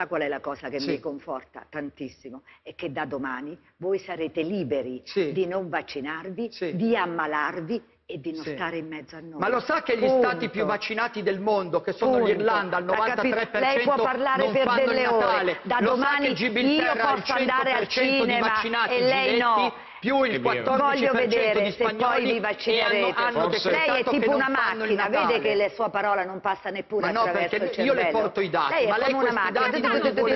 Sa qual è la cosa che Sì. mi conforta tantissimo? È che da domani voi sarete liberi Sì. di non vaccinarvi, Sì. di ammalarvi e di non Sì. stare in mezzo a noi. Ma lo sa che gli Punto. stati più vaccinati del mondo, che sono Punto. l'Irlanda, al Ha 93%, capito? Lei può parlare non per fanno delle il Natale. ore. Da lo domani sa che Gibilterra ha il io posso andare al 100% di cinema vaccinati, e lei Giletti, no. più È il vero. 14% Voglio di vedere se spagnoli poi vi e hanno- vaccinerete. hanno Forse- Lei è decretato che tipo non una fanno il macchina, Natale. vede che la sua parola non passa neppure Ma no, attraverso perché il io cervello. le porto i dati, Lei è ma lei come una questi macchina. dati non li vuole